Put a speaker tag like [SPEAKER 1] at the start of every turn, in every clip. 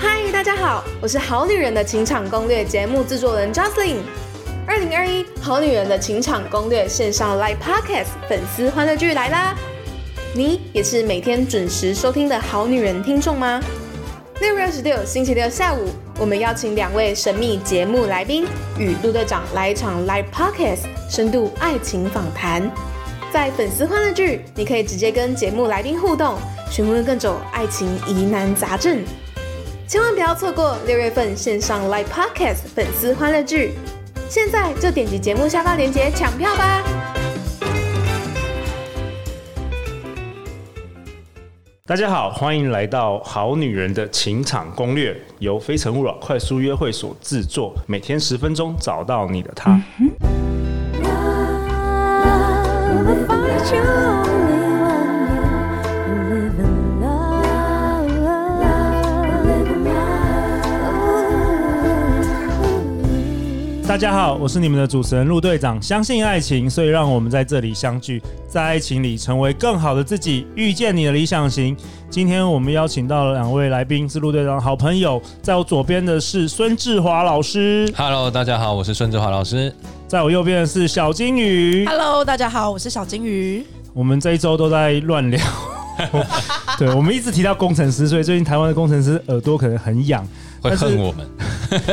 [SPEAKER 1] 嘿，大家好，我是《好女人的情场攻略》节目制作人 Jocelyn。二零二一《好女人的情场攻略》线上 Live Podcast 粉丝欢乐剧来啦！你也是每天准时收听的好女人听众吗？六月二十六星期六下午，我们邀请两位神秘节目来宾与陆队长来一场 Live Podcast 深度爱情访谈。在粉丝欢乐剧，你可以直接跟节目来宾互动，询问各种爱情疑难杂症。千万不要错过六月份线上 Live Podcast 粉丝欢乐剧，现在就点击节目下方链接抢票吧！
[SPEAKER 2] 大家好，欢迎来到《好女人的情场攻略》，由《非诚勿扰》快速约会所制作，每天十分钟，找到你的他。
[SPEAKER 3] Love, find you only one. You live in love, live in love.
[SPEAKER 4] 大家好，我是你们的主持人陆队长。相信爱情，所以让我们在这里相聚，在爱情里成为更好的自己，遇见你的理想型。今天我们邀请到了两位来宾，是陆队长的好朋友。在我左边的是孙志华老师，
[SPEAKER 5] Hello，大家好，我是孙志华老师。
[SPEAKER 4] 在我右边的是小金鱼。
[SPEAKER 6] Hello，大家好，我是小金鱼。
[SPEAKER 4] 我们这一周都在乱 聊，对，我们一直提到工程师，所以最近台湾的工程师耳朵可能很痒，
[SPEAKER 5] 会
[SPEAKER 4] 但是
[SPEAKER 5] 恨我们，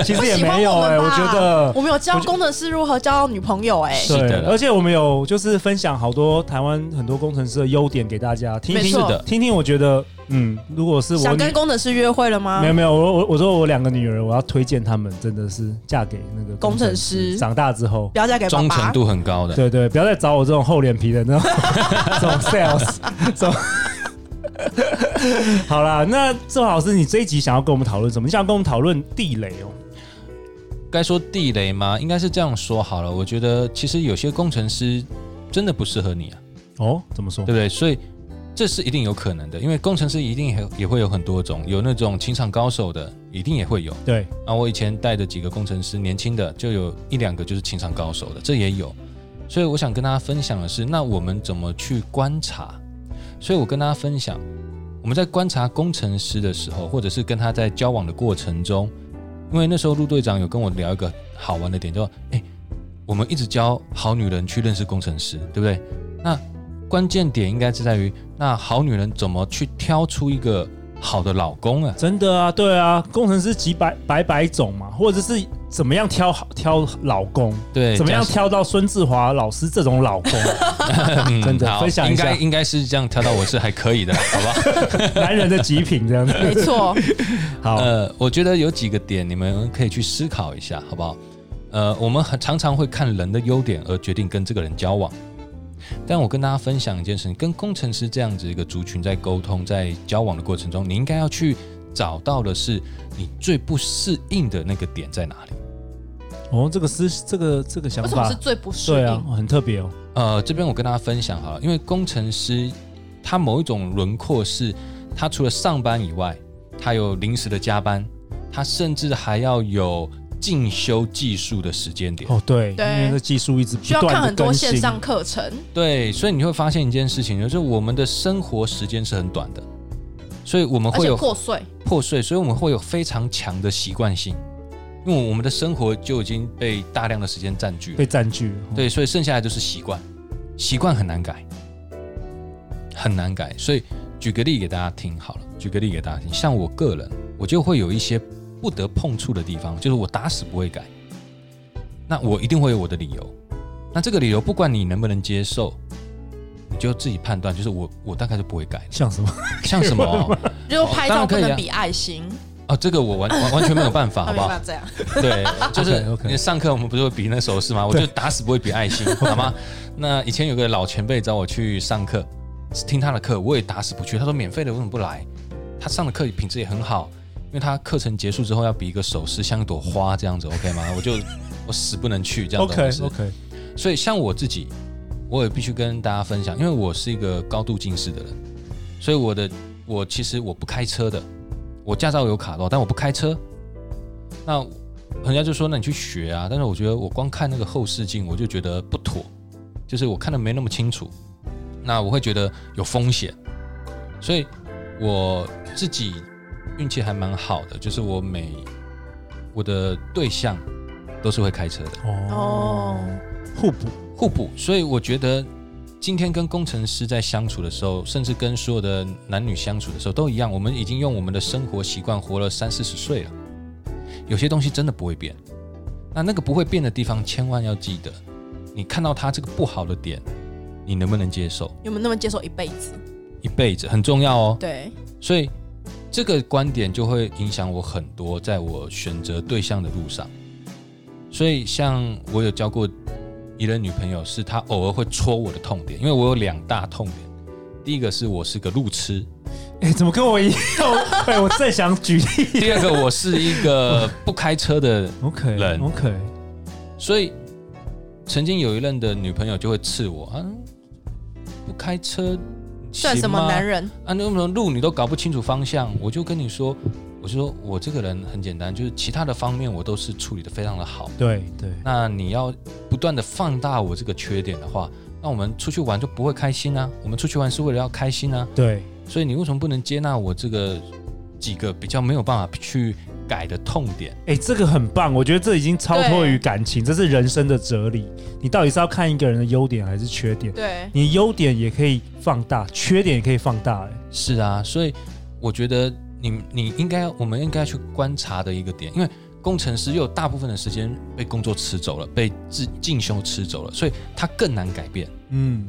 [SPEAKER 4] 其实
[SPEAKER 6] 不
[SPEAKER 4] 也
[SPEAKER 6] 喜欢
[SPEAKER 4] 没有哎、
[SPEAKER 6] 们吧
[SPEAKER 4] 我觉得
[SPEAKER 6] 我们有教
[SPEAKER 4] 我觉
[SPEAKER 6] 工程师如何交女朋友哎、
[SPEAKER 5] 是的
[SPEAKER 4] 对，而且我们有就是分享好多台湾很多工程师的优点给大家听一听，
[SPEAKER 6] 没错是
[SPEAKER 5] 的
[SPEAKER 4] 听听我觉得，嗯，如果是我
[SPEAKER 6] 想
[SPEAKER 4] 女
[SPEAKER 6] 跟工程师约会了吗
[SPEAKER 4] 没有？没有，我我我说我两个女儿，我要推荐她们真的是嫁给那个工程
[SPEAKER 6] 工程
[SPEAKER 4] 师，
[SPEAKER 6] 师
[SPEAKER 4] 长大之后，
[SPEAKER 6] 不要嫁给爸
[SPEAKER 5] 忠诚
[SPEAKER 6] 爸。
[SPEAKER 5] 度很高的。
[SPEAKER 4] 对对，不要再找我这种厚脸皮的那种 这种 sales，这种。好啦，那郑老师，你这一集想要跟我们讨论什么？你想要跟我们讨论地雷哦、
[SPEAKER 5] 该说地雷吗？应该是这样说好了。我觉得其实有些工程师真的不适合你啊，
[SPEAKER 4] 哦，怎么说
[SPEAKER 5] 对不？对？所以这是一定有可能的，因为工程师一定也也会有很多种，有那种情场高手的，一定也会有。
[SPEAKER 4] 对，
[SPEAKER 5] 那啊我以前带的几个工程师，年轻的就有一两个就是情场高手的，这也有。所以我想跟大家分享的是，那我们怎么去观察？所以我跟大家分享，我们在观察工程师的时候，或者是跟他在交往的过程中，因为那时候陆队长有跟我聊一个好玩的点，就哎、我们一直教好女人去认识工程师，对不对？那关键点应该是在于，那好女人怎么去挑出一个好的老公啊？
[SPEAKER 4] 真的啊，对啊，工程师几百百百种嘛，或者是怎么样挑好挑老公，
[SPEAKER 5] 对，
[SPEAKER 4] 怎么样
[SPEAKER 5] 假设
[SPEAKER 4] 挑到孙志华老师这种老 公，
[SPEAKER 5] 嗯
[SPEAKER 4] 真的
[SPEAKER 5] 好
[SPEAKER 4] 分享一
[SPEAKER 5] 应
[SPEAKER 4] 下
[SPEAKER 5] 该应该是这样挑到我是还 可以的啦，好不好？
[SPEAKER 4] 男人的极品这样子。
[SPEAKER 6] 没错，
[SPEAKER 4] 好，
[SPEAKER 5] 呃，我觉得有几个点你们可以去思考一下，好不好？呃，我们很常常会看人的优点而决定跟这个人交往，但我跟大家分享一件事情，跟工程师这样子一个族群在沟通、在交往的过程中，你应该要去找到的是你最不适应的那个点在哪里。
[SPEAKER 4] 哦，这个思这个这个想
[SPEAKER 6] 为什么
[SPEAKER 4] 法
[SPEAKER 6] 是，最不适
[SPEAKER 4] 对啊
[SPEAKER 6] 应？，
[SPEAKER 4] 很特别哦。
[SPEAKER 5] 呃，这边我跟大家分享好了，因为工程师他某一种轮廓是，他除了上班以外，他有临时的加班，他甚至还要有进修技术的时间点。
[SPEAKER 4] 哦，对，
[SPEAKER 6] 对
[SPEAKER 4] 因为这技术一直不
[SPEAKER 6] 需要看
[SPEAKER 4] 断的
[SPEAKER 6] 很多
[SPEAKER 4] 更
[SPEAKER 6] 线
[SPEAKER 4] 新，
[SPEAKER 6] 上课程，
[SPEAKER 5] 对，所以你会发现一件事情，就是我们的生活时间是很短的，所以我们
[SPEAKER 6] 而
[SPEAKER 5] 会
[SPEAKER 6] 且
[SPEAKER 5] 有
[SPEAKER 6] 破碎。
[SPEAKER 5] 破碎，所以我们会有非常强的习惯性，因为我们的生活就已经被大量的时间占据了
[SPEAKER 4] 被。占据了。哦，
[SPEAKER 5] 对，所以剩下来就是习惯，习惯很难改，很难改。所以举个例给大家听好了，举个例给大家听。像我个人，我就会有一些不得碰触的地方，就是我打死不会改。那我一定会有我的理由。那这个理由，不管你能不能接受，你就自己判断。就是我，我大概就不会改了。
[SPEAKER 4] 像什么？
[SPEAKER 5] 像什么哦、
[SPEAKER 6] 就拍
[SPEAKER 5] 当然
[SPEAKER 6] 照不
[SPEAKER 5] 可以啊
[SPEAKER 6] 能比爱心，
[SPEAKER 5] 哦这个我完完完全没有办法，好
[SPEAKER 6] 他没
[SPEAKER 5] 不好
[SPEAKER 6] 办法？这样。
[SPEAKER 5] 对，就是
[SPEAKER 4] OK，OK
[SPEAKER 5] 你上课我们不是会比那手势吗？我就打死不会比爱心，好吗？那以前有个老前辈找我去上课，听他的课，我也打死不去。他说免费的为什么不来？他上的课品质也很好，因为他课程结束之后要比一个手势，像一朵花这样子，OK 吗？我就我死不能去这 样
[SPEAKER 4] OK
[SPEAKER 5] 东西。
[SPEAKER 4] OK，
[SPEAKER 5] 所以像我自己，我也必须跟大家分享，因为我是一个高度近视的人，所以我的我其实我不开车的，我驾照有卡到，但我不开车。那人家就说，那你去学啊，但是我觉得我光看那个后视镜，我就觉得不妥，就是我看的没那么清楚，那我会觉得有风险，所以我自己运气还蛮好的，就是我每我的对象都是会开车的，
[SPEAKER 4] 哦
[SPEAKER 6] 哦，
[SPEAKER 4] 互补
[SPEAKER 5] 互补，所以我觉得今天跟工程师在相处的时候，甚至跟所有的男女相处的时候都一样，我们已经用我们的生活习惯活了三四十岁了，有些东西真的不会变。那那个不会变的地方，千万要记得，你看到他这个不好的点，你能不能接受？
[SPEAKER 6] 有没有那么接受一辈子？
[SPEAKER 5] 一辈子很重要哦。
[SPEAKER 6] 对，
[SPEAKER 5] 所以这个观点就会影响我很多，在我选择对象的路上。所以，像我有交过一任女朋友，是她偶尔会戳我的痛点，因为我有两大痛点。第一个是我是个路痴，
[SPEAKER 4] 哎、怎么跟我一样？ 哎、我正想举例。
[SPEAKER 5] 第二个我是一个不开车的，
[SPEAKER 4] OK，
[SPEAKER 5] 人
[SPEAKER 4] OK，
[SPEAKER 5] 所以曾经有一任的女朋友就会刺我啊，不开车
[SPEAKER 6] 算什么
[SPEAKER 5] 行吗
[SPEAKER 6] 男人？
[SPEAKER 5] 啊，那种路你都搞不清楚方向，我就跟你说，我是说我这个人很简单，就是其他的方面我都是处理的非常的好。
[SPEAKER 4] 对对，
[SPEAKER 5] 那你要不断的放大我这个缺点的话，那我们出去玩就不会开心啊。我们出去玩是为了要开心啊，
[SPEAKER 4] 对，
[SPEAKER 5] 所以你为什么不能接纳我这个几个比较没有办法去改的痛点？
[SPEAKER 4] 哎、这个很棒，我觉得这已经超脱于感情，这是人生的哲理。你到底是要看一个人的优点还是缺点？
[SPEAKER 6] 对，
[SPEAKER 4] 你优点也可以放大，缺点也可以放大、哎，
[SPEAKER 5] 是啊，所以我觉得你你应该我们应该去观察的一个点，因为工程师又有大部分的时间被工作吃走了，被自进修吃走了，所以他更难改变。
[SPEAKER 4] 嗯，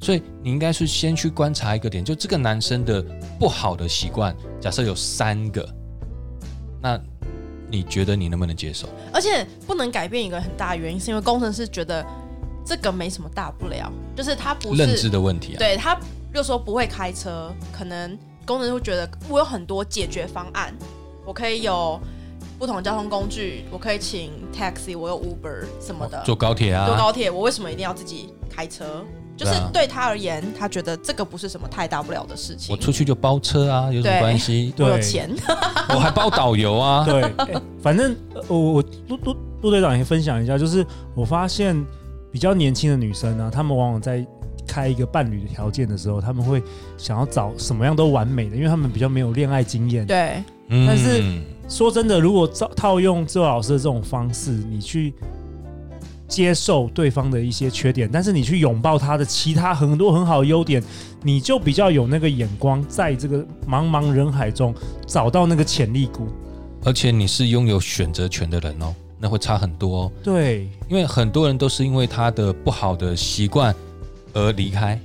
[SPEAKER 5] 所以你应该是先去观察一个点，就这个男生的不好的习惯，假设有三个，那你觉得你能不能接受？
[SPEAKER 6] 而且不能改变一个很大的原因，是因为工程师觉得这个没什么大不了，就是他不
[SPEAKER 5] 认知
[SPEAKER 6] 是
[SPEAKER 5] 的问题啊，
[SPEAKER 6] 对他又说不会开车，可能工程师会觉得我有很多解决方案，我可以有不同的交通工具，我可以请 taxi，我有 Uber 什么的，
[SPEAKER 5] 坐高铁
[SPEAKER 6] 坐
[SPEAKER 5] 啊，
[SPEAKER 6] 高铁，我为什么一定要自己开车？就
[SPEAKER 5] 对
[SPEAKER 6] 是
[SPEAKER 5] 啊
[SPEAKER 6] 对他而言，他觉得这个不是什么太大不了的事情。
[SPEAKER 5] 我出去就包车啊，有什么
[SPEAKER 6] 对
[SPEAKER 5] 关系？
[SPEAKER 6] 我有
[SPEAKER 4] 对
[SPEAKER 6] 钱，
[SPEAKER 5] 我 还包导游啊，
[SPEAKER 4] 对，哎反正呃我我陆陆陆队长也分享一下，就是我发现比较年轻的女生啊，她们往往在开一个伴侣的条件的时候，她们会想要找什么样都完美的，因为她们比较没有恋爱经验。
[SPEAKER 6] 对
[SPEAKER 5] 嗯
[SPEAKER 4] 但是说真的，如果照套用周老师的这种方式，你去接受对方的一些缺点，但是你去拥抱他的其他很多很好的优点，你就比较有那个眼光，在这个茫茫人海中找到那个潜力股。
[SPEAKER 5] 而且你是拥有选择权的人哦，那会差很多哦，
[SPEAKER 4] 对，
[SPEAKER 5] 因为很多人都是因为他的不好的习惯而离开。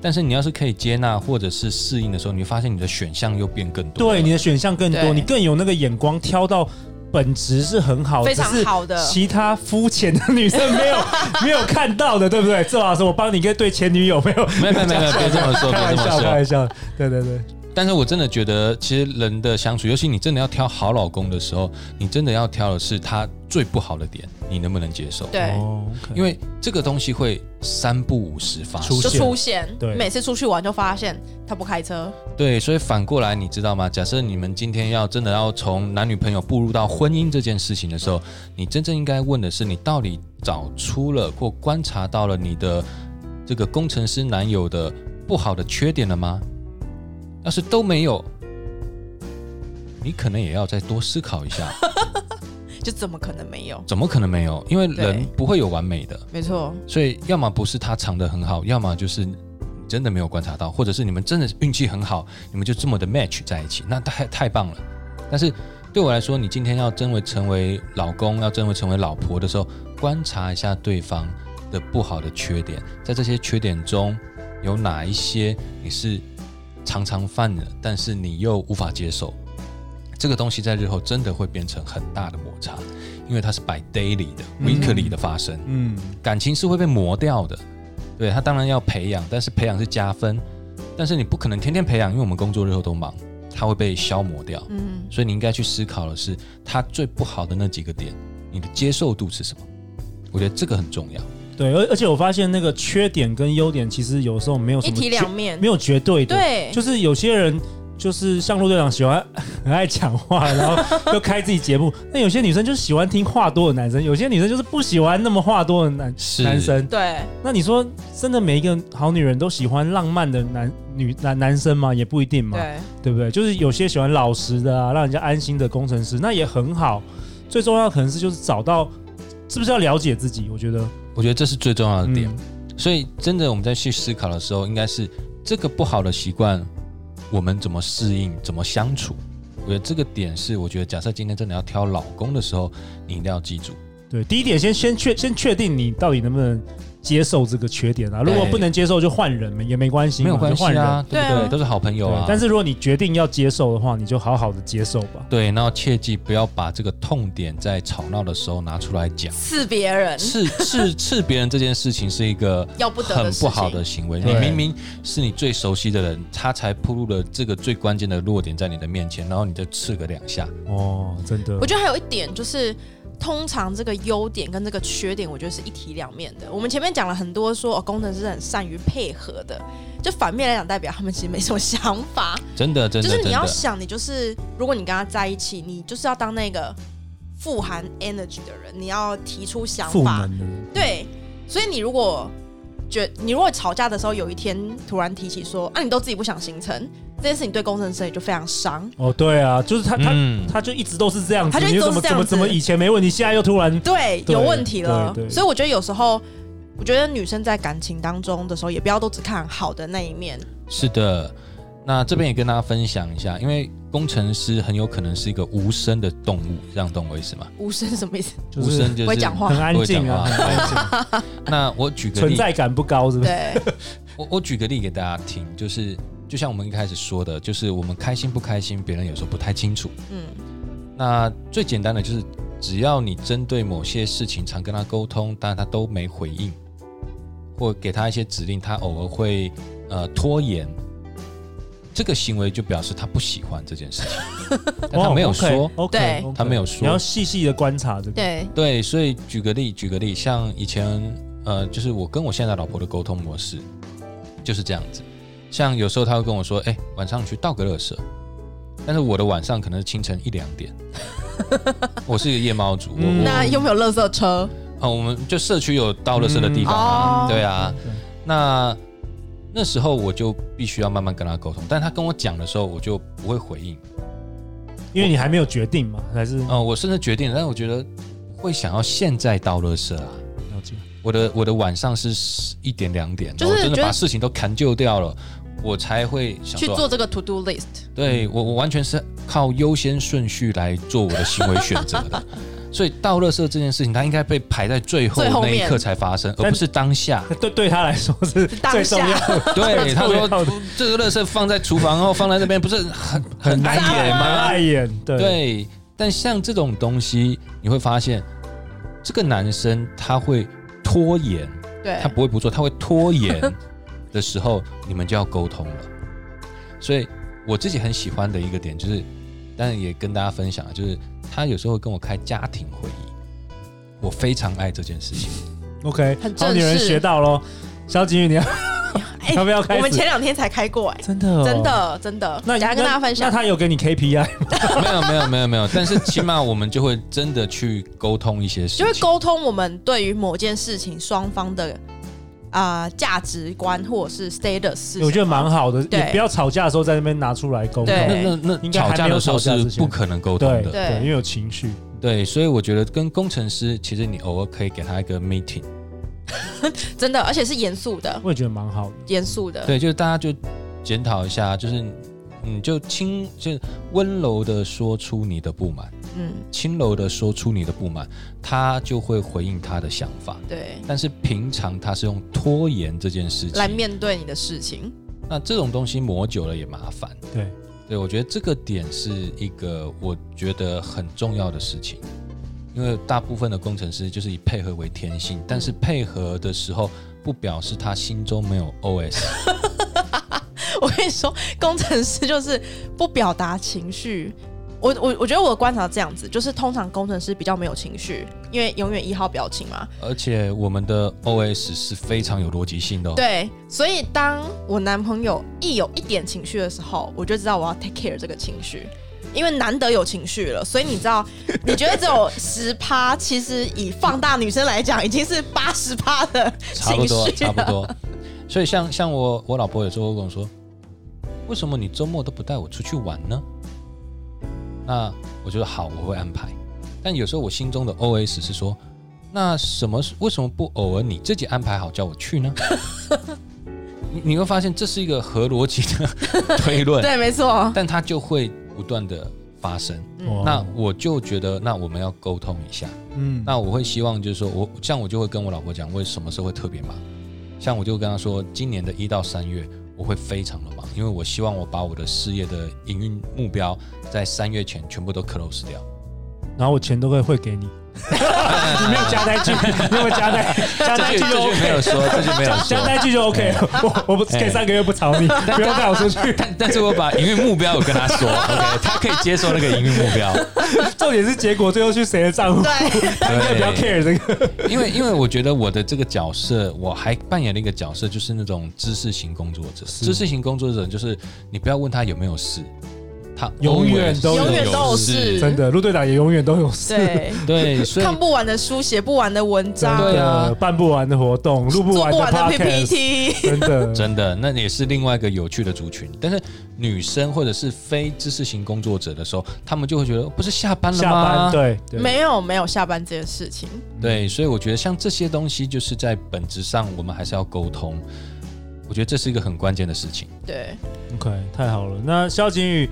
[SPEAKER 5] 但是你要是可以接纳或者是适应的时候，你会发现你的选项又变更多了。
[SPEAKER 4] 对，你的选项更多，
[SPEAKER 6] 对
[SPEAKER 4] 你更有那个眼光，挑到本质是很好，
[SPEAKER 6] 非常
[SPEAKER 4] 只是
[SPEAKER 6] 好的
[SPEAKER 4] 其他肤浅的女生没有 没有看到的，对不对？周老师，我帮你跟对前女友没有
[SPEAKER 5] 没有没有没有，没有别这么说，
[SPEAKER 4] 开玩
[SPEAKER 5] 别这
[SPEAKER 4] 笑，开
[SPEAKER 5] 么
[SPEAKER 4] 玩
[SPEAKER 5] 说。
[SPEAKER 4] 笑，对对对，
[SPEAKER 5] 但是我真的觉得，其实人的相处，尤其你真的要挑好老公的时候，你真的要挑的是他最不好的点，你能不能接受？，
[SPEAKER 6] 对，
[SPEAKER 4] 哦，OK，
[SPEAKER 5] 因为这个东西会三不五时发生
[SPEAKER 4] 出。
[SPEAKER 6] 就
[SPEAKER 4] 现
[SPEAKER 6] 出现。
[SPEAKER 4] 对
[SPEAKER 6] 每次出去玩就发现他不开车，
[SPEAKER 5] 对，所以反过来，你知道吗？假设你们今天要真的要从男女朋友步入到婚姻这件事情的时候，你真正应该问的是，你到底找出了或观察到了你的这个工程师男友的不好的缺点了吗？要是都没有，你可能也要再多思考一下，
[SPEAKER 6] 就怎么可能没有？
[SPEAKER 5] 怎么可能没有？因为人
[SPEAKER 6] 对
[SPEAKER 5] 不会有完美的，
[SPEAKER 6] 没错，
[SPEAKER 5] 所以要么不是他藏得很好，要么就是你真的没有观察到，或者是你们真的运气很好，你们就这么的 match 在一起，那太太棒了。但是对我来说，你今天要真为成为老公，要真为成为老婆的时候，观察一下对方的不好的缺点，在这些缺点中有哪一些你是常常犯的，但是你又无法接受。这个东西在日后真的会变成很大的摩擦，因为它是 by daily 的、
[SPEAKER 4] 嗯
[SPEAKER 5] weekly 的发生。
[SPEAKER 4] 嗯，
[SPEAKER 5] 感情是会被磨掉的。对他当然要培养，但是培养是加分，但是你不可能天天培养，因为我们工作日后都忙，它会被消磨掉。
[SPEAKER 6] 嗯，
[SPEAKER 5] 所以你应该去思考的是，他最不好的那几个点，你的接受度是什么？我觉得这个很重要。
[SPEAKER 4] 对，而而且我发现那个缺点跟优点其实有时候没有什
[SPEAKER 6] 一
[SPEAKER 4] 么
[SPEAKER 6] 体
[SPEAKER 4] 绝
[SPEAKER 6] 两面
[SPEAKER 4] 没，有绝对的，
[SPEAKER 6] 对，
[SPEAKER 4] 就是有些人就是像陆队长喜欢很爱讲话，然后又开自己节 目。那有些女生就是喜欢听话多的男生，有些女生就是不喜欢那么话多的男
[SPEAKER 5] 是
[SPEAKER 4] 男生。
[SPEAKER 6] 对，
[SPEAKER 4] 那你说，真的每一个好女人都喜欢浪漫的男女男男生吗？也不一定嘛，
[SPEAKER 6] 对，
[SPEAKER 4] 对不对？就是有些喜欢老实的啊，让人家安心的工程师，那也很好。最重要可能是就是找到，是不是要了解自己？我觉得，
[SPEAKER 5] 我觉得这是最重要的点。
[SPEAKER 4] 嗯，
[SPEAKER 5] 所以，真的我们在去思考的时候，应该是这个不好的习惯，我们怎么适应，怎么相处。我觉得这个点是，我觉得假设今天真的要挑老公的时候，你一定要记住。
[SPEAKER 4] 对，第一点先先确先确定你到底能不能接受这个缺点啊。如果
[SPEAKER 5] 对
[SPEAKER 4] 不能接受，就换人嘛，也没关系嘛，
[SPEAKER 5] 没有关
[SPEAKER 4] 就
[SPEAKER 5] 系
[SPEAKER 4] 换人
[SPEAKER 5] 啊，对不
[SPEAKER 6] 对
[SPEAKER 5] 对？
[SPEAKER 6] 啊
[SPEAKER 5] 都是好朋友
[SPEAKER 4] 对
[SPEAKER 5] 啊。
[SPEAKER 4] 但是如果你决定要接受的话，你就好好的接受吧。
[SPEAKER 5] 对，然后切记不要把这个痛点在吵闹的时候拿出来讲。
[SPEAKER 6] 刺别人，
[SPEAKER 5] 刺刺刺别人这件事情是一个
[SPEAKER 6] 要不得的
[SPEAKER 5] 很
[SPEAKER 6] 事
[SPEAKER 5] 不好
[SPEAKER 6] 情
[SPEAKER 5] 的行为。
[SPEAKER 4] 对
[SPEAKER 5] 你明明是你最熟悉的人，他才暴露了这个最关键的弱点在你的面前，然后你就刺个两下。
[SPEAKER 4] 哦，真的
[SPEAKER 5] 嗯
[SPEAKER 6] 我，觉得还有一点就是，通常这个优点跟这个缺点，我觉得是一体两面的。我们前面讲了很多说，哦，工程师很善于配合的，就反面来讲，代表他们其实没什么想法。
[SPEAKER 5] 真的， 真
[SPEAKER 6] 就
[SPEAKER 5] 的，
[SPEAKER 6] 是
[SPEAKER 5] 真
[SPEAKER 6] 你要
[SPEAKER 5] 的，
[SPEAKER 6] 想，你就是如果你跟他在一起，你就是要当那个富含 energy 的人，你要提出想
[SPEAKER 4] 赋
[SPEAKER 6] 法。
[SPEAKER 4] 能的人
[SPEAKER 6] 对，所以你如果觉你如果吵架的时候，有一天突然提起说，啊，你都自己不想行程这件事情，对工程师也就非常伤。
[SPEAKER 4] 哦，对啊，就是他他、
[SPEAKER 5] 嗯
[SPEAKER 4] 他就一直都是这样子，
[SPEAKER 6] 他就一直
[SPEAKER 4] 你怎
[SPEAKER 6] 都是
[SPEAKER 4] 么
[SPEAKER 6] 这
[SPEAKER 4] 怎
[SPEAKER 6] 样
[SPEAKER 4] 么
[SPEAKER 6] 子
[SPEAKER 4] 怎么以前没问题，现在又突然
[SPEAKER 6] 对，
[SPEAKER 4] 对
[SPEAKER 6] 有问题了
[SPEAKER 4] 对。对
[SPEAKER 6] 所以我觉得有时候，我觉得女生在感情当中的时候，也不要都只看好的那一面。
[SPEAKER 5] 是的。那这边也跟大家分享一下，因为工程师很有可能是一个无声的动物，这样懂我意思吗？
[SPEAKER 6] 无声是什么意思？
[SPEAKER 4] 就
[SPEAKER 5] 无
[SPEAKER 4] 是
[SPEAKER 5] 声就是
[SPEAKER 6] 不会 讲话
[SPEAKER 4] 很安
[SPEAKER 5] 不会讲
[SPEAKER 4] 静啊，
[SPEAKER 5] 话
[SPEAKER 4] 很安静，
[SPEAKER 5] 那我举个
[SPEAKER 4] 存
[SPEAKER 5] 例
[SPEAKER 4] 在感不高，是不是？
[SPEAKER 6] 对，
[SPEAKER 5] 我我举个例给大家听，就是就像我们一开始说的，就是我们开心不开心，别人有时候不太清楚。
[SPEAKER 6] 嗯，
[SPEAKER 5] 那最简单的就是，只要你针对某些事情常跟他沟通，但他都没回应，或给他一些指令，他偶尔会呃拖延，这个行为就表示他不喜欢这件事情，但他没有说，
[SPEAKER 4] 哦，OK，,
[SPEAKER 6] 对
[SPEAKER 4] o k
[SPEAKER 5] 他没有
[SPEAKER 4] 你要
[SPEAKER 5] 说。
[SPEAKER 4] 细细的观察这个，
[SPEAKER 6] 对，
[SPEAKER 5] 对，所以举个例，举个例，像以前呃，就是我跟我现在老婆的沟通模式就是这样子。像有时候她会跟我说：“哎、晚上去倒个垃圾。”但是我的晚上可能是清晨一两点，我是一个夜猫族，我
[SPEAKER 4] 嗯
[SPEAKER 5] 我
[SPEAKER 6] 那有没有垃圾车？
[SPEAKER 5] 哦，我们就社区有倒垃圾的地方啊，
[SPEAKER 6] 嗯哦
[SPEAKER 5] 对啊。那那时候我就必须要慢慢跟他沟通，但他跟我讲的时候，我就不会回应。
[SPEAKER 4] 因为你还没有决定嘛，还是
[SPEAKER 5] 嗯、我甚至决定，但是我觉得会想要现在倒垃圾啊。
[SPEAKER 4] 了解。
[SPEAKER 5] 我的我的晚上是十一点两点，
[SPEAKER 6] 就是
[SPEAKER 5] 我真的
[SPEAKER 6] 觉得
[SPEAKER 5] 把事情都砍就掉了，我才会想
[SPEAKER 6] 去
[SPEAKER 5] 说，
[SPEAKER 6] 做这个 to do list。
[SPEAKER 5] 对我我完全是靠优先顺序来做我的行为选择 的。所以倒垃圾这件事情，它应该被排在最后
[SPEAKER 6] 最后
[SPEAKER 5] 那一
[SPEAKER 6] 面
[SPEAKER 5] 刻才发生，而
[SPEAKER 4] 但
[SPEAKER 5] 不是 当下。
[SPEAKER 4] 对对他来说是
[SPEAKER 6] 当
[SPEAKER 4] 最重
[SPEAKER 6] 下
[SPEAKER 4] 要的，
[SPEAKER 5] 对，他
[SPEAKER 4] 最重要
[SPEAKER 5] 说
[SPEAKER 4] 的
[SPEAKER 5] 这个垃圾放在厨房，然后放在那边，不是很 很难演
[SPEAKER 4] 很
[SPEAKER 5] 吗？
[SPEAKER 4] 碍眼，对
[SPEAKER 5] 对，但像这种东西，你会发现这个男生他会拖延，
[SPEAKER 6] 对
[SPEAKER 5] 他，不会不做，他会拖延的时候，你们就要沟通了。所以我自己很喜欢的一个点就是，当然也跟大家分享，啊就是他有时候会跟我开家庭会议，我非常爱这件事情。
[SPEAKER 4] ，OK，
[SPEAKER 6] 很正
[SPEAKER 4] 好女人
[SPEAKER 6] 式
[SPEAKER 4] 学到喽。萧景宇， 你要
[SPEAKER 6] 哎
[SPEAKER 4] 要不要开始
[SPEAKER 6] 我们前两天才开过，哎，
[SPEAKER 4] 真的哦
[SPEAKER 6] 真，的真的，
[SPEAKER 4] 那
[SPEAKER 6] 等一下跟大家分享
[SPEAKER 4] 那。他有给你 KPI
[SPEAKER 5] 没有没有没有没有，但是起码我们就会真的去沟通一些事
[SPEAKER 6] 就
[SPEAKER 5] 情，
[SPEAKER 6] 会沟通我们对于某件事情双方的啊、呃价值观或者是 status 是
[SPEAKER 4] 我觉得蛮好的，
[SPEAKER 6] 对
[SPEAKER 4] 也不要吵架的时候在那边拿出来沟通。
[SPEAKER 6] 对
[SPEAKER 5] 那那那
[SPEAKER 4] 应该还
[SPEAKER 5] 吵架
[SPEAKER 4] 没有
[SPEAKER 5] 的时候
[SPEAKER 4] 吵架
[SPEAKER 5] 是
[SPEAKER 4] 之前
[SPEAKER 5] 不可能沟通
[SPEAKER 4] 对
[SPEAKER 5] 的，
[SPEAKER 4] 对，因为有情绪，
[SPEAKER 5] 对，所以我觉得跟工程师，其实你偶尔可以给他一个 meeting，
[SPEAKER 6] 真的，而且是严肃的，
[SPEAKER 4] 我也觉得蛮好的。
[SPEAKER 6] 严肃的。
[SPEAKER 5] 对，就是大家就检讨一下，就是你就轻，就是温柔的说出你的不满，
[SPEAKER 6] 嗯，
[SPEAKER 5] 轻柔的说出你的不满，他就会回应他的想法。
[SPEAKER 6] 对，
[SPEAKER 5] 但是平常他是用拖延这件事情
[SPEAKER 6] 来，面对你的事情。
[SPEAKER 5] 那这种东西磨久了也麻烦。
[SPEAKER 4] 对，
[SPEAKER 5] 对，我觉得这个点是一个我觉得很重要的事情，因为大部分的工程师就是以配合为天性，但是配合的时候不表示他心中没有 OS，
[SPEAKER 6] 我跟你说，工程师就是不表达情绪，我我我觉得我的观察这样子，就是通常工程师比较没有情绪，因为永远一号表情嘛。
[SPEAKER 5] 而且我们的 OS 是非常有逻辑性的、哦。，
[SPEAKER 6] 对，所以当我男朋友一有一点情绪的时候，我就知道我要 take care 这个情绪，因为难得有情绪了，所以你知 道，你觉得只有十趴，其实以放大女生来讲，已经是八十趴的
[SPEAKER 5] 差不
[SPEAKER 6] 情
[SPEAKER 5] 多，
[SPEAKER 6] 绪
[SPEAKER 5] 差不
[SPEAKER 6] 了。
[SPEAKER 5] 多。所以像像我我老婆有时候会跟我说，为什么你周末都不带我出去玩呢？那我觉得好，我会安排。但有时候我心中的 OS 是说，那什么为什么不偶尔你自己安排好叫我去呢？ 你你会发现这是一个合逻辑的推论，
[SPEAKER 6] 对，没错，
[SPEAKER 5] 但它就会不断的发生。
[SPEAKER 6] 嗯
[SPEAKER 4] 哦
[SPEAKER 5] 那我就觉得，那我们要沟通一下。
[SPEAKER 4] 嗯，
[SPEAKER 5] 那我会希望就是说我像我就会跟我老婆讲，我什么时候会特别忙。像我就跟她说，今年的一到三月我会非常的忙，因为我希望我把我的事业的营运目标在三月前全部都 close 掉。
[SPEAKER 4] 然后我钱都会汇 给你，你没有加在一句，你有没有加在加
[SPEAKER 5] 这
[SPEAKER 4] 在一
[SPEAKER 5] 句
[SPEAKER 4] 句就
[SPEAKER 5] 这句没
[SPEAKER 4] OK，
[SPEAKER 5] 有说， 这句没有哎
[SPEAKER 4] 加在
[SPEAKER 5] 说。
[SPEAKER 4] 一句就 OK 了。我我不可以三个月不吵你，不要带我出去。
[SPEAKER 5] 但但是我把营运目标有跟她说，OK，她可以接受那个营运目标。
[SPEAKER 4] 重点是结果最后去谁的账户？
[SPEAKER 6] 对，
[SPEAKER 4] 大家 不要 care 这个。
[SPEAKER 5] 因为因为我觉得我的这个角色，我还扮演了一个角色，就是那种知识型工作者。知识型工作者就是你不要问他有没有事，他
[SPEAKER 4] 永远都
[SPEAKER 5] always
[SPEAKER 6] 永远都有
[SPEAKER 5] 事。
[SPEAKER 6] 事，
[SPEAKER 4] 真的，陆队长也永远都有事。
[SPEAKER 6] 对，
[SPEAKER 5] 对，所以
[SPEAKER 6] 看不完的书，写不完的文
[SPEAKER 4] 真
[SPEAKER 6] 章，
[SPEAKER 5] 对啊
[SPEAKER 4] 的，办不完的活动，录不
[SPEAKER 6] 做
[SPEAKER 4] 完
[SPEAKER 6] 不
[SPEAKER 4] 的
[SPEAKER 6] 完的
[SPEAKER 4] podcast，
[SPEAKER 6] PPT。
[SPEAKER 4] 真的，
[SPEAKER 5] 真的，那也是另外一个有趣的族群。但是女生或者是非知识型工作者的时候，他们就会觉得不是下班了吗？
[SPEAKER 4] 下班对对，
[SPEAKER 6] 没有没有下班这件事情，
[SPEAKER 5] 对，所以我觉得像这些东西，就是在本质上我们还是要沟通。我觉得这是一个很关键的事情。
[SPEAKER 6] 对，
[SPEAKER 4] OK，太好了。那萧景宇，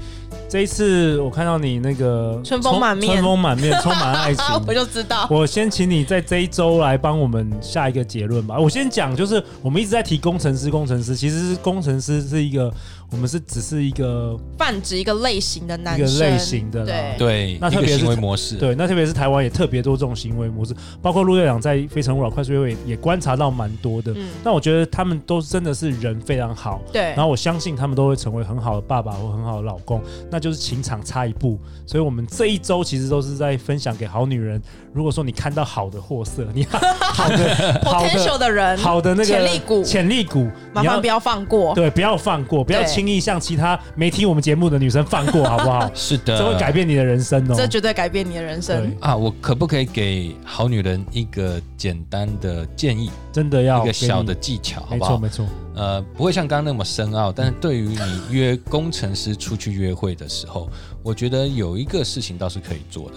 [SPEAKER 4] 这一次我看到你那个
[SPEAKER 6] 春风满面。
[SPEAKER 4] 充春风满面，充满爱情
[SPEAKER 6] 啊我就知道，
[SPEAKER 4] 我先请你在这一周来帮我们下一个结论吧。我先讲，就是我们一直在提工程师，工程师其实是工程师是一个，我们是只是一个
[SPEAKER 6] 泛指一个类型的男
[SPEAKER 4] 一个
[SPEAKER 6] 生，
[SPEAKER 4] 类型的啦
[SPEAKER 6] 对
[SPEAKER 5] 对，
[SPEAKER 4] 那
[SPEAKER 5] 一
[SPEAKER 4] 特
[SPEAKER 5] 个
[SPEAKER 4] 别是
[SPEAKER 5] 行为模式。？
[SPEAKER 4] 对，那特别是台湾也特别多这种行为模式，包括陆队长在《非诚勿扰》快速约会也也观察到蛮多的。
[SPEAKER 6] 嗯
[SPEAKER 4] 但我觉得他们都真的是人非常好，
[SPEAKER 6] 对
[SPEAKER 4] 然后我相信他们都会成为很好的爸爸或很好的老公，那就是情场差一步。所以我们这一周其实都是在分享给好女人，如果说你看到好的货色， 你好的好
[SPEAKER 6] potential
[SPEAKER 4] 的
[SPEAKER 6] 的人，
[SPEAKER 4] 好的那个
[SPEAKER 6] 潜力股
[SPEAKER 4] 潜力股，
[SPEAKER 6] 麻
[SPEAKER 4] 你
[SPEAKER 6] 烦不要放过。
[SPEAKER 4] 对不要放过，不要
[SPEAKER 6] 对
[SPEAKER 4] 轻易向其他没听我们节目的女生放过，好不好
[SPEAKER 5] 是的，
[SPEAKER 4] 这会改变你的人生哦。
[SPEAKER 6] 这绝对改变你的人生
[SPEAKER 4] 对。
[SPEAKER 5] 啊！我可不可以给好女人一个简单的建议，
[SPEAKER 4] 真的要
[SPEAKER 5] 一个小
[SPEAKER 4] 给
[SPEAKER 5] 的
[SPEAKER 4] 你
[SPEAKER 5] 技巧，好
[SPEAKER 4] 没
[SPEAKER 5] 不
[SPEAKER 4] 错
[SPEAKER 5] 好？
[SPEAKER 4] 没错，
[SPEAKER 5] 呃，不会像刚刚那么深奥，但是对于你约工程师出去约会的时候， 我觉得有一个事情倒是可以做的，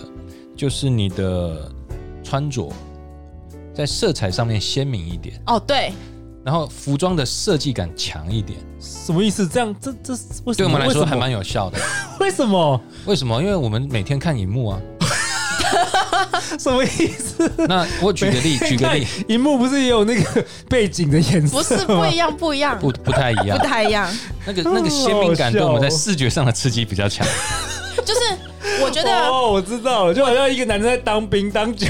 [SPEAKER 5] 就是你的穿着在色彩上面鲜明一点，
[SPEAKER 6] 哦，对，
[SPEAKER 5] 然后服装的设计感强一点，
[SPEAKER 4] 什么意思？这样这这为什
[SPEAKER 5] 对
[SPEAKER 4] 么？
[SPEAKER 5] 我们来说
[SPEAKER 4] 为什么
[SPEAKER 5] 还蛮有效的。
[SPEAKER 4] 为什么？
[SPEAKER 5] 为什么？因为我们每天看荧幕啊。
[SPEAKER 4] 什么意思？
[SPEAKER 5] 那我举个例，举个例，
[SPEAKER 4] 看，荧幕不是也有那个背景的颜色
[SPEAKER 6] 不
[SPEAKER 4] 吗？
[SPEAKER 6] 是不一样，不一样，
[SPEAKER 5] 不
[SPEAKER 6] 不
[SPEAKER 5] 不太一样，
[SPEAKER 6] 太一样。
[SPEAKER 5] 那个那个鲜明感对我们在视觉上的刺激比较强。
[SPEAKER 6] 哦就是我觉得
[SPEAKER 4] 哦，我知道了，就好像一个男生在当兵当久，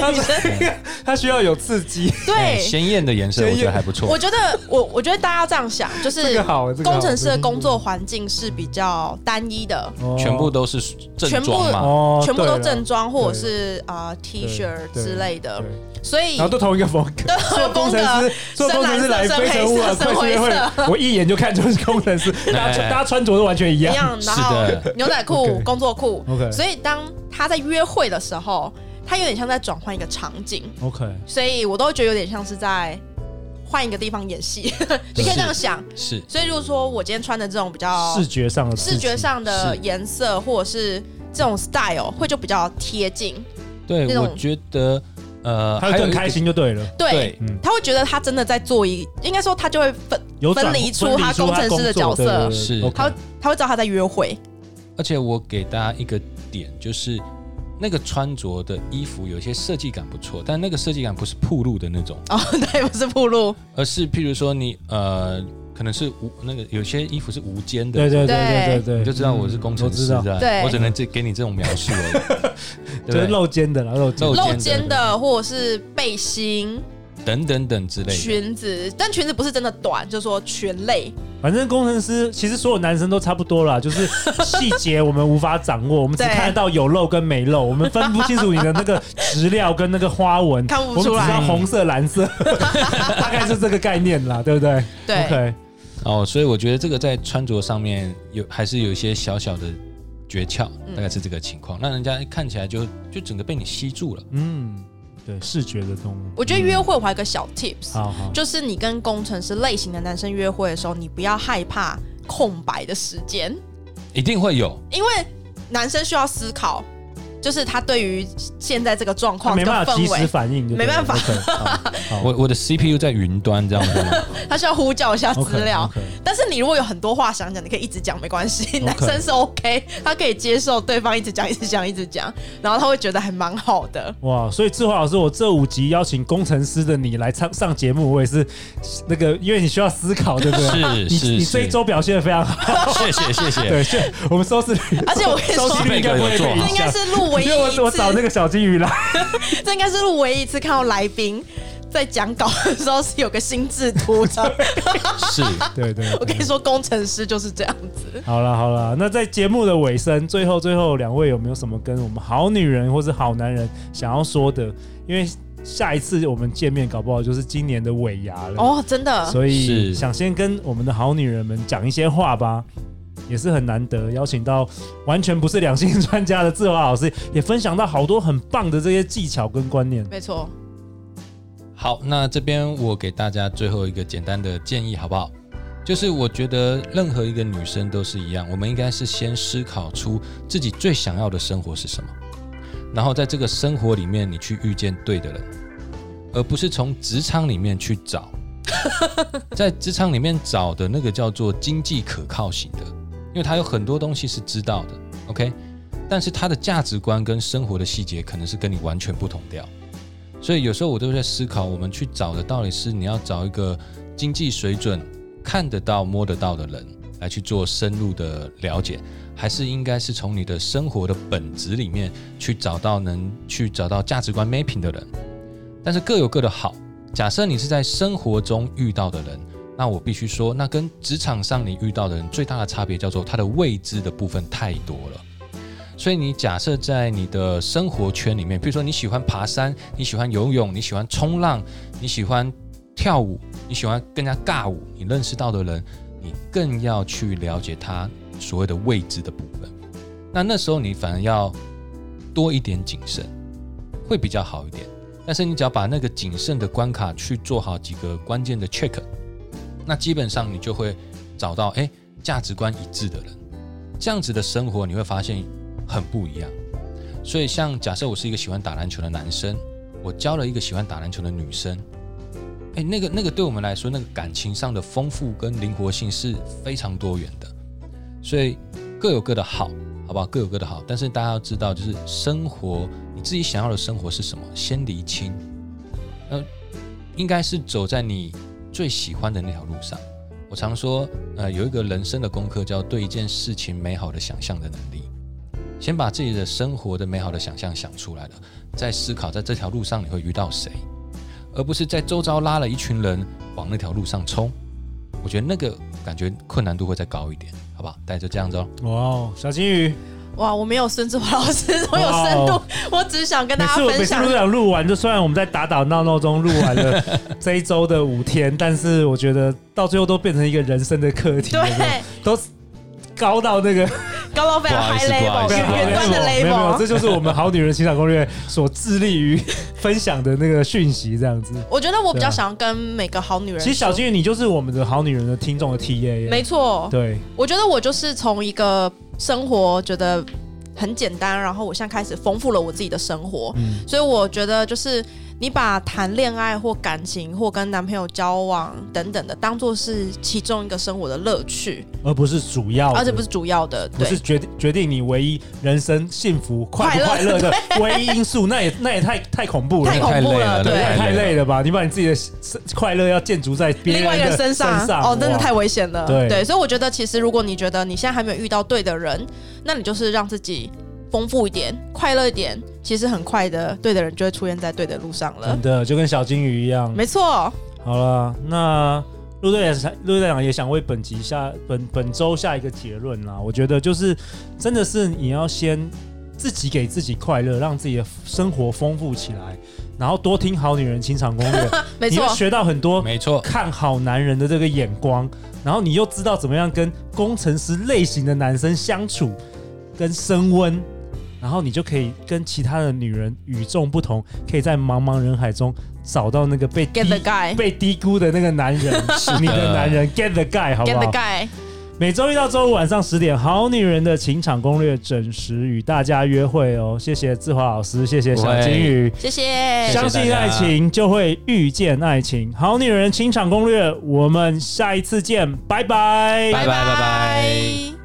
[SPEAKER 6] 到女生，
[SPEAKER 4] 他需要有刺激。
[SPEAKER 5] 哎
[SPEAKER 6] 对，
[SPEAKER 5] 鲜艳的颜色我觉得还不
[SPEAKER 6] 我
[SPEAKER 5] 错。
[SPEAKER 6] 觉得我我觉得大家要这样想，就
[SPEAKER 4] 这
[SPEAKER 6] 是
[SPEAKER 4] 个好这个好
[SPEAKER 6] 工程师的工作环境是比较单一的，
[SPEAKER 5] 全部都是正装嘛，
[SPEAKER 4] 哦
[SPEAKER 6] 全部都正
[SPEAKER 4] 装
[SPEAKER 6] 装或者是啊 T 恤之类的，所以
[SPEAKER 4] 然后都同一个风格， 所有工程师，所有工程师来非诚勿扰啊快速约会，我一眼就看就是工程 师，
[SPEAKER 5] 哎
[SPEAKER 4] 大家穿大家穿着都完全一
[SPEAKER 6] 一
[SPEAKER 4] 样。
[SPEAKER 6] 样，然
[SPEAKER 5] 是
[SPEAKER 6] 后牛仔裤、
[SPEAKER 4] OK
[SPEAKER 6] 工作裤
[SPEAKER 4] OK
[SPEAKER 6] 所以当他在约会的时候，他有点像在转换一个场景，
[SPEAKER 4] OK，
[SPEAKER 6] 所以我都觉得有点像是在换一个地方演戏， 你可以这样想。
[SPEAKER 5] 是
[SPEAKER 6] 所以如果说我今天穿的这种比较
[SPEAKER 4] 视觉上的刺激
[SPEAKER 6] 视觉上的颜色，或者是这种 style，会就比较贴近。那
[SPEAKER 5] 对，
[SPEAKER 6] 种
[SPEAKER 5] 我觉得呃，
[SPEAKER 4] 他会
[SPEAKER 5] 还有
[SPEAKER 4] 更
[SPEAKER 5] 一个
[SPEAKER 4] 开心就对了，
[SPEAKER 6] 对，
[SPEAKER 5] 对
[SPEAKER 4] 嗯
[SPEAKER 6] 他会觉得他真的在做一，应该说他就会分，
[SPEAKER 4] 有转
[SPEAKER 6] 分离出他
[SPEAKER 4] 分离
[SPEAKER 6] 工程师的角色
[SPEAKER 4] 工作对对对
[SPEAKER 5] 是
[SPEAKER 4] OK
[SPEAKER 6] 他会他会知道他在约会。
[SPEAKER 5] 而且我给大家一个点，就是那个穿着的衣服有一些设计感不错，但那个设计感不是铺路的那种，
[SPEAKER 6] 哦， 对，不是铺路，
[SPEAKER 5] 而是譬如说你呃，可能是无那个有些衣服是无肩的，
[SPEAKER 4] 对对对对对对，
[SPEAKER 5] 你就知道我是工程师
[SPEAKER 4] 嗯我
[SPEAKER 5] 啊，
[SPEAKER 4] 知道
[SPEAKER 6] 对
[SPEAKER 5] 我只能这给你这种描述而已，
[SPEAKER 4] 就是
[SPEAKER 5] 对不
[SPEAKER 4] 露肩的啦，露肩
[SPEAKER 5] 露
[SPEAKER 6] 露
[SPEAKER 5] 肩
[SPEAKER 6] 肩的或者是背心，
[SPEAKER 5] 等等等之类的。
[SPEAKER 6] 裙子，但裙子不是真的短，就说裙类。
[SPEAKER 4] 反正工程师其实所有男生都差不多啦，就是细节我们无法掌握，我们只
[SPEAKER 6] 对
[SPEAKER 4] 看得到有漏跟没漏，我们分不清楚你的那个质料跟那个花纹，
[SPEAKER 6] 看不出
[SPEAKER 4] 我们只知道
[SPEAKER 5] 来
[SPEAKER 4] 红色、蓝 色，大概是这个概念啦，对不对？
[SPEAKER 6] 对
[SPEAKER 4] o k
[SPEAKER 5] 哦，所以我觉得这个在穿着上面有还是有一些小小的诀窍，大概是这个情况，让人家看起来就就整个被你吸住了。
[SPEAKER 4] 嗯，对，视觉的动物，嗯
[SPEAKER 6] 我觉得约会我还有个小 tips，、
[SPEAKER 4] 好好，
[SPEAKER 6] 就是你跟工程师类型的男生约会的时候，你不要害怕空白的时间，
[SPEAKER 5] 一定会有，
[SPEAKER 6] 因为男生需要思考，就是他对于现在这个状
[SPEAKER 4] 他
[SPEAKER 6] 况、
[SPEAKER 4] 没
[SPEAKER 6] 这个
[SPEAKER 4] 办法及
[SPEAKER 6] 氛
[SPEAKER 4] 时
[SPEAKER 6] 围，
[SPEAKER 4] 反应就对了，
[SPEAKER 6] 没办法
[SPEAKER 4] OK，好，
[SPEAKER 5] 我我的 CPU 在云端这样子吗，
[SPEAKER 6] 他需要呼叫一下
[SPEAKER 4] 好
[SPEAKER 6] 资料。
[SPEAKER 4] OK，OK
[SPEAKER 6] 但是你如果有很多话想讲，你可以一直讲，没关
[SPEAKER 4] OK
[SPEAKER 6] 系。男生是 OK，他可以接受对方一直讲、一直讲、一直讲，然后他会觉得还蛮好的。
[SPEAKER 4] 哇，所以志华老师，我这五集邀请工程师的你来上上节目，我也是那个，因为你需要思考，对不对？
[SPEAKER 5] 是
[SPEAKER 4] 你
[SPEAKER 5] 是
[SPEAKER 4] 你
[SPEAKER 5] 是
[SPEAKER 4] 这一周表现的非常好，
[SPEAKER 5] 谢谢谢谢。
[SPEAKER 4] 对，是我们收视率，
[SPEAKER 6] 而且我跟你
[SPEAKER 4] 收
[SPEAKER 6] 说
[SPEAKER 4] 视率应该不会被
[SPEAKER 6] 这
[SPEAKER 4] 影
[SPEAKER 6] 应
[SPEAKER 4] 响
[SPEAKER 6] 该。是录唯一
[SPEAKER 4] 因为
[SPEAKER 6] 一
[SPEAKER 4] 我我找那
[SPEAKER 6] 次，
[SPEAKER 4] 个小金鱼来，
[SPEAKER 6] 这应该是录唯一一次看到来宾在讲稿的时候是有个心智图 的。
[SPEAKER 5] 是，
[SPEAKER 4] 对对，
[SPEAKER 6] 我跟你说，工程师就是这样子。
[SPEAKER 4] 好了好了，那在节目的尾声，最后最后两位有没有什么跟我们好女人或是好男人想要说的？因为下一次我们见面，搞不好就是今年的尾牙了。
[SPEAKER 6] 哦，真的，
[SPEAKER 4] 所以
[SPEAKER 5] 是
[SPEAKER 4] 想先跟我们的好女人们讲一些话吧，也是很难得邀请到完全不是两性专家的志华老师，也分享到好多很棒的这些技巧跟观念。
[SPEAKER 6] 没错。
[SPEAKER 5] 好，那这边我给大家最后一个简单的建议，好不好？就是我觉得任何一个女生都是一样，我们应该是先思考出自己最想要的生活是什么，然后在这个生活里面，你去遇见对的人，而不是从职场里面去找。在职场里面找的那个叫做经济可靠型的，因为他有很多东西是知道的，OK，但是他的价值观跟生活的细节可能是跟你完全不同调。所以有时候我都在思考，我们去找的到底是你要找一个经济水准看得到、摸得到的人来去做深入的了解，还是应该是从你的生活的本质里面去找到能去找到价值观 mapping 的人？但是各有各的好。假设你是在生活中遇到的人，那我必须说，那跟职场上你遇到的人最大的差别叫做他的未知的部分太多了。所以你假设在你的生活圈里面，比如说你喜欢爬山，你喜欢游泳，你喜欢冲浪，你喜欢跳舞，你喜欢跟人家尬舞，你认识到的人，你更要去了解他所谓的未知的部分。那那时候你反而要多一点谨慎，会比较好一点。但是你只要把那个谨慎的关卡去做好几个关键的 check，那基本上你就会找到诶价值观一致的人。这样子的生活，你会发现很不一样。所以，像假设我是一个喜欢打篮球的男生，我交了一个喜欢打篮球的女生，哎，那个那个对我们来说，那个感情上的丰富跟灵活性是非常多元的。所以各有各的好，好不好？各有各的好，但是大家要知道，就是生活你自己想要的生活是什么，先厘清。呃，应该是走在你最喜欢的那条路上。我常说，呃，有一个人生的功课叫对一件事情美好的想象的能力。先把自己的生活的美好的想象想出来了，再思考在这条路上你会遇到谁，而不是在周遭拉了一群人往那条路上冲。我觉得那个感觉困难度会再高一点，好不好？大家就这样子哦。
[SPEAKER 4] 哇哦，小金鱼，
[SPEAKER 6] 哇，我没有孙志华老师，我有深
[SPEAKER 4] 哇
[SPEAKER 6] 度
[SPEAKER 4] 哦，
[SPEAKER 6] 我只想跟
[SPEAKER 4] 每
[SPEAKER 6] 大家
[SPEAKER 4] 次我每
[SPEAKER 6] 分
[SPEAKER 4] 次
[SPEAKER 6] 享
[SPEAKER 4] 都。想录完，就虽然我们在打打闹闹中录完了这一周的五天，但是我觉得到最后都变成一个人生的课题，有没有
[SPEAKER 6] 对，
[SPEAKER 4] 都高到那个
[SPEAKER 6] 高到非常
[SPEAKER 5] 不好意
[SPEAKER 6] high
[SPEAKER 5] 思不好
[SPEAKER 6] level，
[SPEAKER 5] 意思
[SPEAKER 4] 没有
[SPEAKER 6] 远端的
[SPEAKER 4] 没有没有，
[SPEAKER 6] level
[SPEAKER 4] 这。就是我们好女人情场攻略所致力于分享的那个讯息，这样子。
[SPEAKER 6] 我觉得我比
[SPEAKER 4] 对啊
[SPEAKER 6] 较想要跟每个好女人说，
[SPEAKER 4] 其实小金鱼，你就是我们的好女人的听众的 T A，
[SPEAKER 6] 没错，
[SPEAKER 4] 对，
[SPEAKER 6] 我觉得我就是从一个生活觉得很简单，然后我现在开始丰富了我自己的生活，
[SPEAKER 4] 嗯
[SPEAKER 6] 所以我觉得就是你把谈恋爱或感情或跟男朋友交往等等的，当做是其中一个生活的乐趣，
[SPEAKER 4] 而不是主要的，
[SPEAKER 6] 而且啊不是主要的，
[SPEAKER 4] 哦不
[SPEAKER 6] 对
[SPEAKER 4] 是决定决定你唯一人生幸福快不快
[SPEAKER 6] 快
[SPEAKER 4] 乐
[SPEAKER 6] 乐
[SPEAKER 4] 的唯一因素，那也那也太太恐怖了，
[SPEAKER 6] 太恐怖
[SPEAKER 5] 太累了
[SPEAKER 6] 了，
[SPEAKER 5] 那
[SPEAKER 4] 对
[SPEAKER 5] 个
[SPEAKER 6] 对，
[SPEAKER 4] 太累了吧？你把你自己的生快乐要建筑在别人
[SPEAKER 6] 另外一个
[SPEAKER 4] 的
[SPEAKER 6] 人身上，
[SPEAKER 4] 上，
[SPEAKER 6] 哦，真的
[SPEAKER 4] 哇
[SPEAKER 6] 太危险了，
[SPEAKER 4] 对
[SPEAKER 6] 所以我觉得其实如果你觉得你现在还没有遇到对的人，那你就是让自己丰富一点、快乐一点，其实很快的，对的人就会出现在对的路上了
[SPEAKER 4] 真。的就跟小金鱼一样。
[SPEAKER 6] 没错，
[SPEAKER 4] 好了，那陆队长，陆队长也想为本集下本本周下一个结论啦。我觉得就是，真的是你要先自己给自己快乐，让自己的生活丰富起来，然后多听《好女人情场攻 略》，
[SPEAKER 6] 没
[SPEAKER 4] 你
[SPEAKER 6] 错
[SPEAKER 4] 会，学到很多
[SPEAKER 5] 没错，
[SPEAKER 4] 看好男人的这个眼光，然后你又知道怎么样跟工程师类型的男生相处，跟升温，然后你就可以跟其他的女人与众不同，可以在茫茫人海中找到那个被
[SPEAKER 6] Get
[SPEAKER 4] 低
[SPEAKER 6] the guy
[SPEAKER 4] 被低估的那个男 人，你的男人 get the guy 好不
[SPEAKER 6] get the
[SPEAKER 4] 好？
[SPEAKER 6] guy，
[SPEAKER 4] 每周一到周五晚上十点，《好女人的情场攻略》准时与大家约会哦。谢谢志华老师，谢谢小金鱼。
[SPEAKER 6] 谢谢，
[SPEAKER 4] 相信爱情就会遇见爱情，好女人情场攻略，我们下一次见，拜拜。
[SPEAKER 5] 拜拜拜拜。